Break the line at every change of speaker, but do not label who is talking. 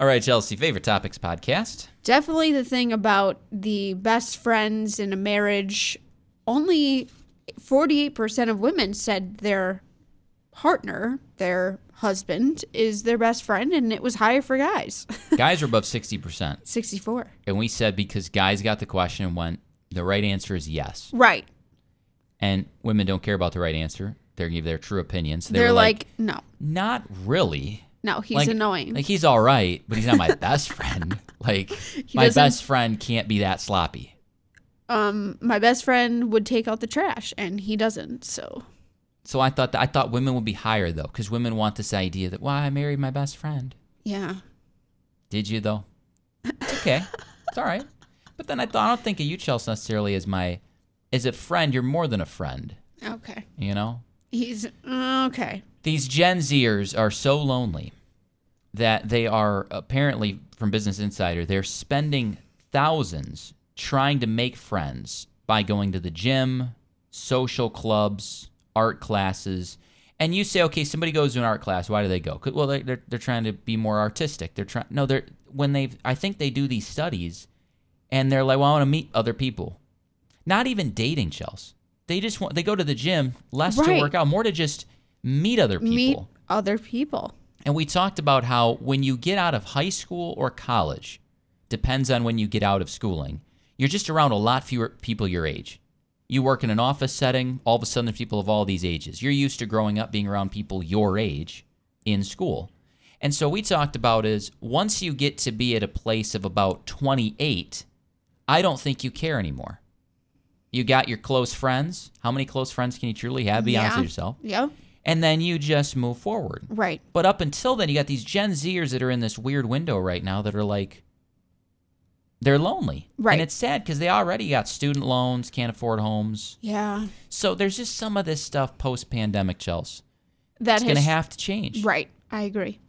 All right, Chelsea, favorite topics podcast.
Definitely the thing about the best friends in a marriage. Only 48% of women said their partner, their husband, is their best friend, and it was higher for guys.
Guys are above 60%.
64.
And we said because guys got the question and went, the right answer is yes.
Right.
And women don't care about the right answer. They give their true opinions. They
They're,
were
like, no,
not really.
no, he's
Like-
annoying.
Like he's all right, but he's not my best friend. Like my
doesn't-
best friend can't be that sloppy.
um, my best friend would take out the trash, and he doesn't. So
So I thought that, I thought women would be higher though, because women want this idea that well, I married my best friend.
yeah,
Did you though? It's okay. it's all right. But then I thought I don't think of you, Chelsea, necessarily as my as a friend. You're more than a friend.
okay.
You know.
He's okay.
These Gen Zers are so lonely that they are apparently, from Business Insider, they're spending thousands trying to make friends by going to the gym, social clubs, art classes. And you say, okay, somebody goes to an art class. Why do they go? 'Cause- Well, they- they're, they're trying to be more artistic. They're trying. No, they're when they've. I think they do these studies, and they're like, well, I want to meet other people. Not even dating, Chels. They just want. They go to the gym less to
Right.
work out, more to just meet other people.
Meet other people.
And we talked about how when you get out of high school or college, depends on when you get out of schooling, you're just around a lot fewer people your age. You work in an office setting, all of a sudden, there's people of all these ages. You're used to growing up being around people your age in school. And so we talked about is once you get to be at a place of about 28, I don't think you care anymore. You got your close friends. How many close friends can you truly have? Be honest
Yeah.
with yourself.
Yeah,
And then you just move forward.
right.
But up until then, you got these Gen Zers that are in this weird window right now that are like, they're lonely.
Right.
And it's sad because they already got student loans, can't afford homes.
Yeah,
So there's just some of this stuff post pandemic, Chels.
that
It's going to have to change.
Right, I agree.